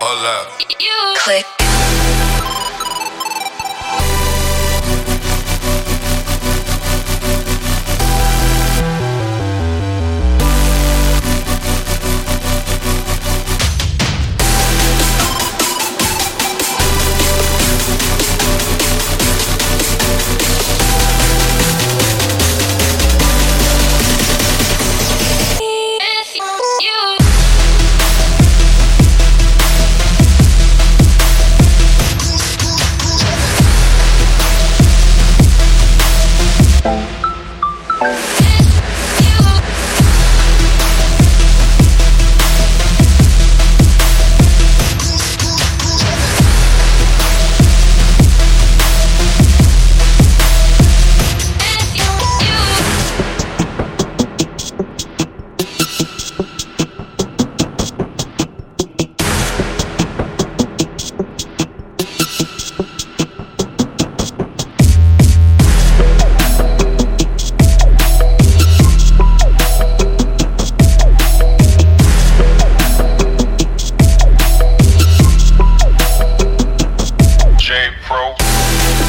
Hola. You click. If you J Pro.